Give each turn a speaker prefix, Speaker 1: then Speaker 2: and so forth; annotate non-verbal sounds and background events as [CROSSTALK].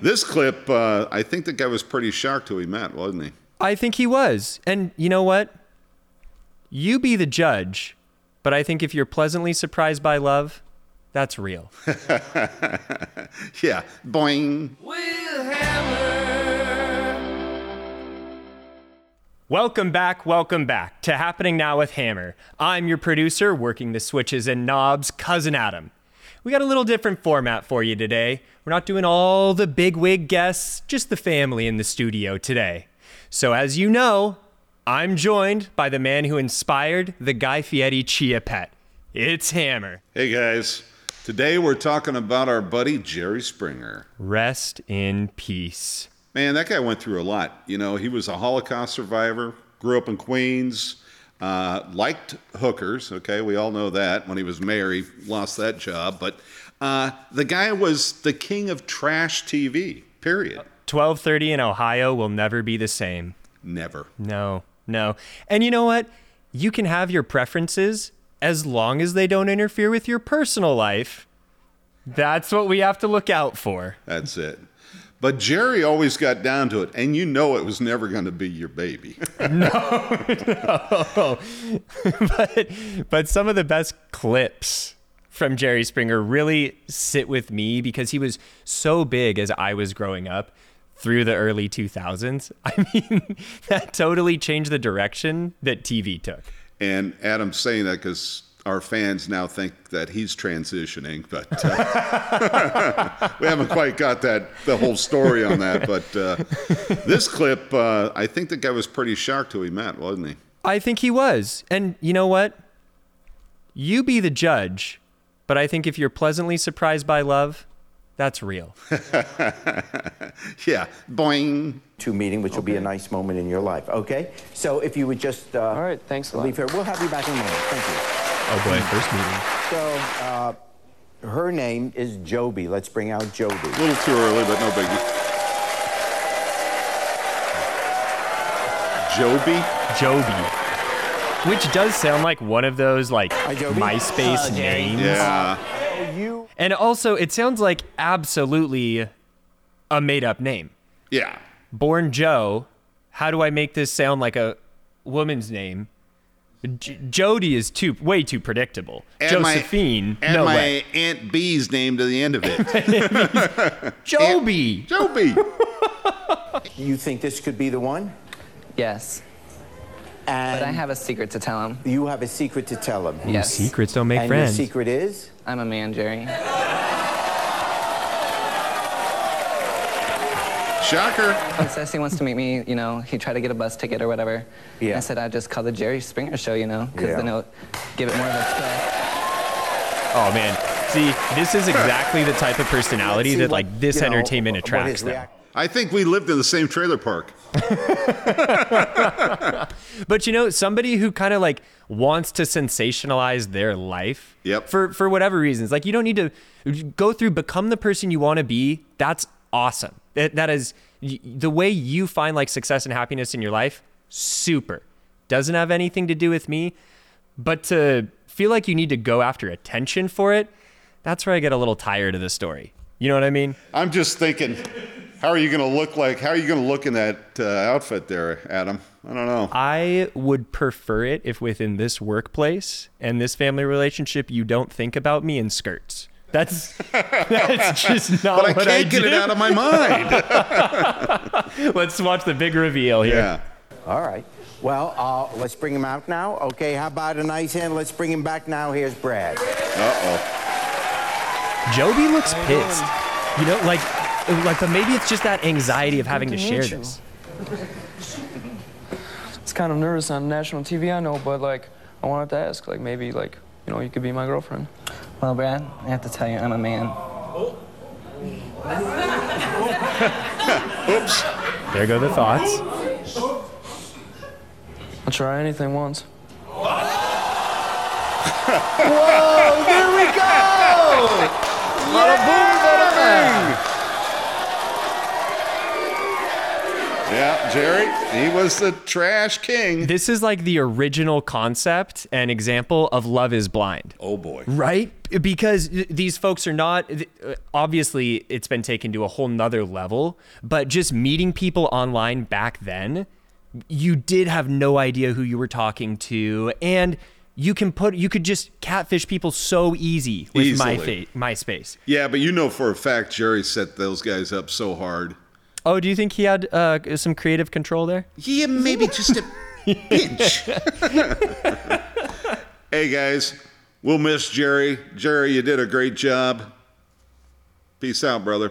Speaker 1: This clip, uh, I think the guy was pretty shocked who he met, wasn't he?
Speaker 2: I think he was. And you know what? You be the judge, but I think if you're pleasantly surprised by love, that's real. [LAUGHS]
Speaker 1: Yeah. Boing.
Speaker 2: Welcome back, welcome back to Happening Now with Hammer. I'm your producer, working the switches and knobs, Cousin Adam. We got a little different format for you today. We're not doing all the big wig guests, just the family in the studio today. So, as you know, I'm joined by the man who inspired the Guy Fieri Chia Pet. It's Hammer.
Speaker 1: Hey, guys. Today we're talking about our buddy Jerry Springer.
Speaker 2: Rest in peace.
Speaker 1: Man, that guy went through a lot. You know, he was a Holocaust survivor, grew up in Queens, uh, liked hookers. Okay, we all know that. When he was mayor, he lost that job. But uh, the guy was the king of trash TV, period.
Speaker 2: 12:30 in Ohio will never be the same.
Speaker 1: Never.
Speaker 2: No, no. And you know what? You can have your preferences as long as they don't interfere with your personal life. That's what we have to look out for. [LAUGHS]
Speaker 1: That's it. But Jerry always got down to it, and you know it was never going to be your baby. [LAUGHS]
Speaker 2: but but some of the best clips from Jerry Springer really sit with me because he was so big as I was growing up through the early 2000s. [LAUGHS] I mean, that totally changed the direction that TV took.
Speaker 1: And Adam's saying that because our fans now think that he's transitioning, but uh, [LAUGHS] we haven't quite got that the whole story on that. But uh, this clip, uh, I think the guy was pretty shocked who he met, wasn't he?
Speaker 2: I think he was. And you know what? You be the judge, but I think if you're pleasantly surprised by love, that's real.
Speaker 1: Yeah, boing.
Speaker 3: two meeting, which will be a nice moment in your life. Okay? So if you would just uh,
Speaker 4: All right, thanks a lot.
Speaker 3: leave her, we'll have you back in a moment. Thank you.
Speaker 2: [LAUGHS] Oh boy, first meeting.
Speaker 3: So uh, her name is Joby. Let's bring out Joby.
Speaker 1: A little too early, but no biggie. Joby?
Speaker 2: Joby. Which does sound like one of those like
Speaker 3: Joby.
Speaker 2: MySpace
Speaker 1: [LAUGHS]
Speaker 2: names.
Speaker 1: Yeah.
Speaker 2: And also it sounds like absolutely a made up name.
Speaker 1: Yeah.
Speaker 2: Born Joe, how do I make this sound like a woman's name? J- Jody is too way too predictable.
Speaker 1: Add my-
Speaker 2: Josephine,
Speaker 1: Add
Speaker 2: no
Speaker 1: my
Speaker 2: way.
Speaker 1: Aunt B's name to the end of
Speaker 2: [LAUGHS]
Speaker 1: it.
Speaker 2: Joby.
Speaker 1: Joby.
Speaker 3: You think this could be the one?
Speaker 4: Yes,
Speaker 3: And
Speaker 4: but I have a secret to tell him.
Speaker 3: you have a secret to tell him.
Speaker 4: Yes,
Speaker 2: Secrets don't make
Speaker 3: and
Speaker 2: friends.
Speaker 3: your secret is?
Speaker 4: I'm a man, Jerry.
Speaker 1: Shocker.
Speaker 4: He says he wants to meet me. You know, he tried to get a bus ticket or whatever.
Speaker 3: Yeah.
Speaker 4: I said I'd just call the Jerry Springer show. You know, because
Speaker 3: Yeah.
Speaker 4: then it'll give it more of a twist.
Speaker 2: Oh man. See, this is exactly the type of personality
Speaker 3: See
Speaker 2: that
Speaker 3: what,
Speaker 2: like this
Speaker 3: you know,
Speaker 2: entertainment
Speaker 3: what his
Speaker 2: attracts them.
Speaker 3: react-
Speaker 1: I think we lived in the same trailer park.
Speaker 2: But you know, somebody who kind of like wants to sensationalize their life
Speaker 1: Yep.
Speaker 2: for for whatever reasons. Like you don't need to go through become the person you want to be. That's awesome. That, that is y- the way you find like success and happiness in your life. Super. Doesn't have anything to do with me, but to feel like you need to go after attention for it, that's where I get a little tired of the story. You know what I mean?
Speaker 1: I'm just thinking, how are you going to look like? How are you going to look in that uh, outfit there, Adam? I don't know.
Speaker 2: I would prefer it if within this workplace and this family relationship you don't think about me in skirts. That's [LAUGHS] that's just not
Speaker 1: but I
Speaker 2: what
Speaker 1: can't
Speaker 2: I
Speaker 1: get
Speaker 2: do.
Speaker 1: it out of my mind. [LAUGHS]
Speaker 2: [LAUGHS] Let's watch the big reveal here.
Speaker 1: yeah.
Speaker 3: All right. Well, uh, let's bring him out now. Okay, how about a nice hand? Let's bring him back now. Here's Brad.
Speaker 1: Uh
Speaker 2: Joby looks pissed. You know, like like but maybe it's just that anxiety of having to
Speaker 5: Good to
Speaker 2: share
Speaker 5: meet you.
Speaker 2: this.
Speaker 5: It's kind of nervous on national TV, I know, but like, I wanted to ask, like, maybe, like, you know, you could be my girlfriend.
Speaker 4: Well, Brad, I have to tell you, I'm a man.
Speaker 1: oh. Oops.
Speaker 2: There go the thoughts.
Speaker 5: I'll try anything once.
Speaker 1: Bada boom, bada bing. Yeah, Jerry, he was the trash king.
Speaker 2: This is like the original concept and example of Love is Blind,
Speaker 1: Oh boy.
Speaker 2: right? because these folks are not uh, obviously it's been taken to a whole nother level but just meeting people online back then you did have no idea who you were talking to and you can put you could just catfish people so easy with my
Speaker 1: Easily.
Speaker 2: fa- myspace
Speaker 1: Yeah, but you know for a fact Jerry set those guys up so hard.
Speaker 2: oh do you think he had uh, some creative control there
Speaker 1: Yeah, maybe
Speaker 2: [LAUGHS]
Speaker 1: just a pinch. [LAUGHS] hey guys, we'll miss Jerry. Jerry, you did a great job. Peace out, brother.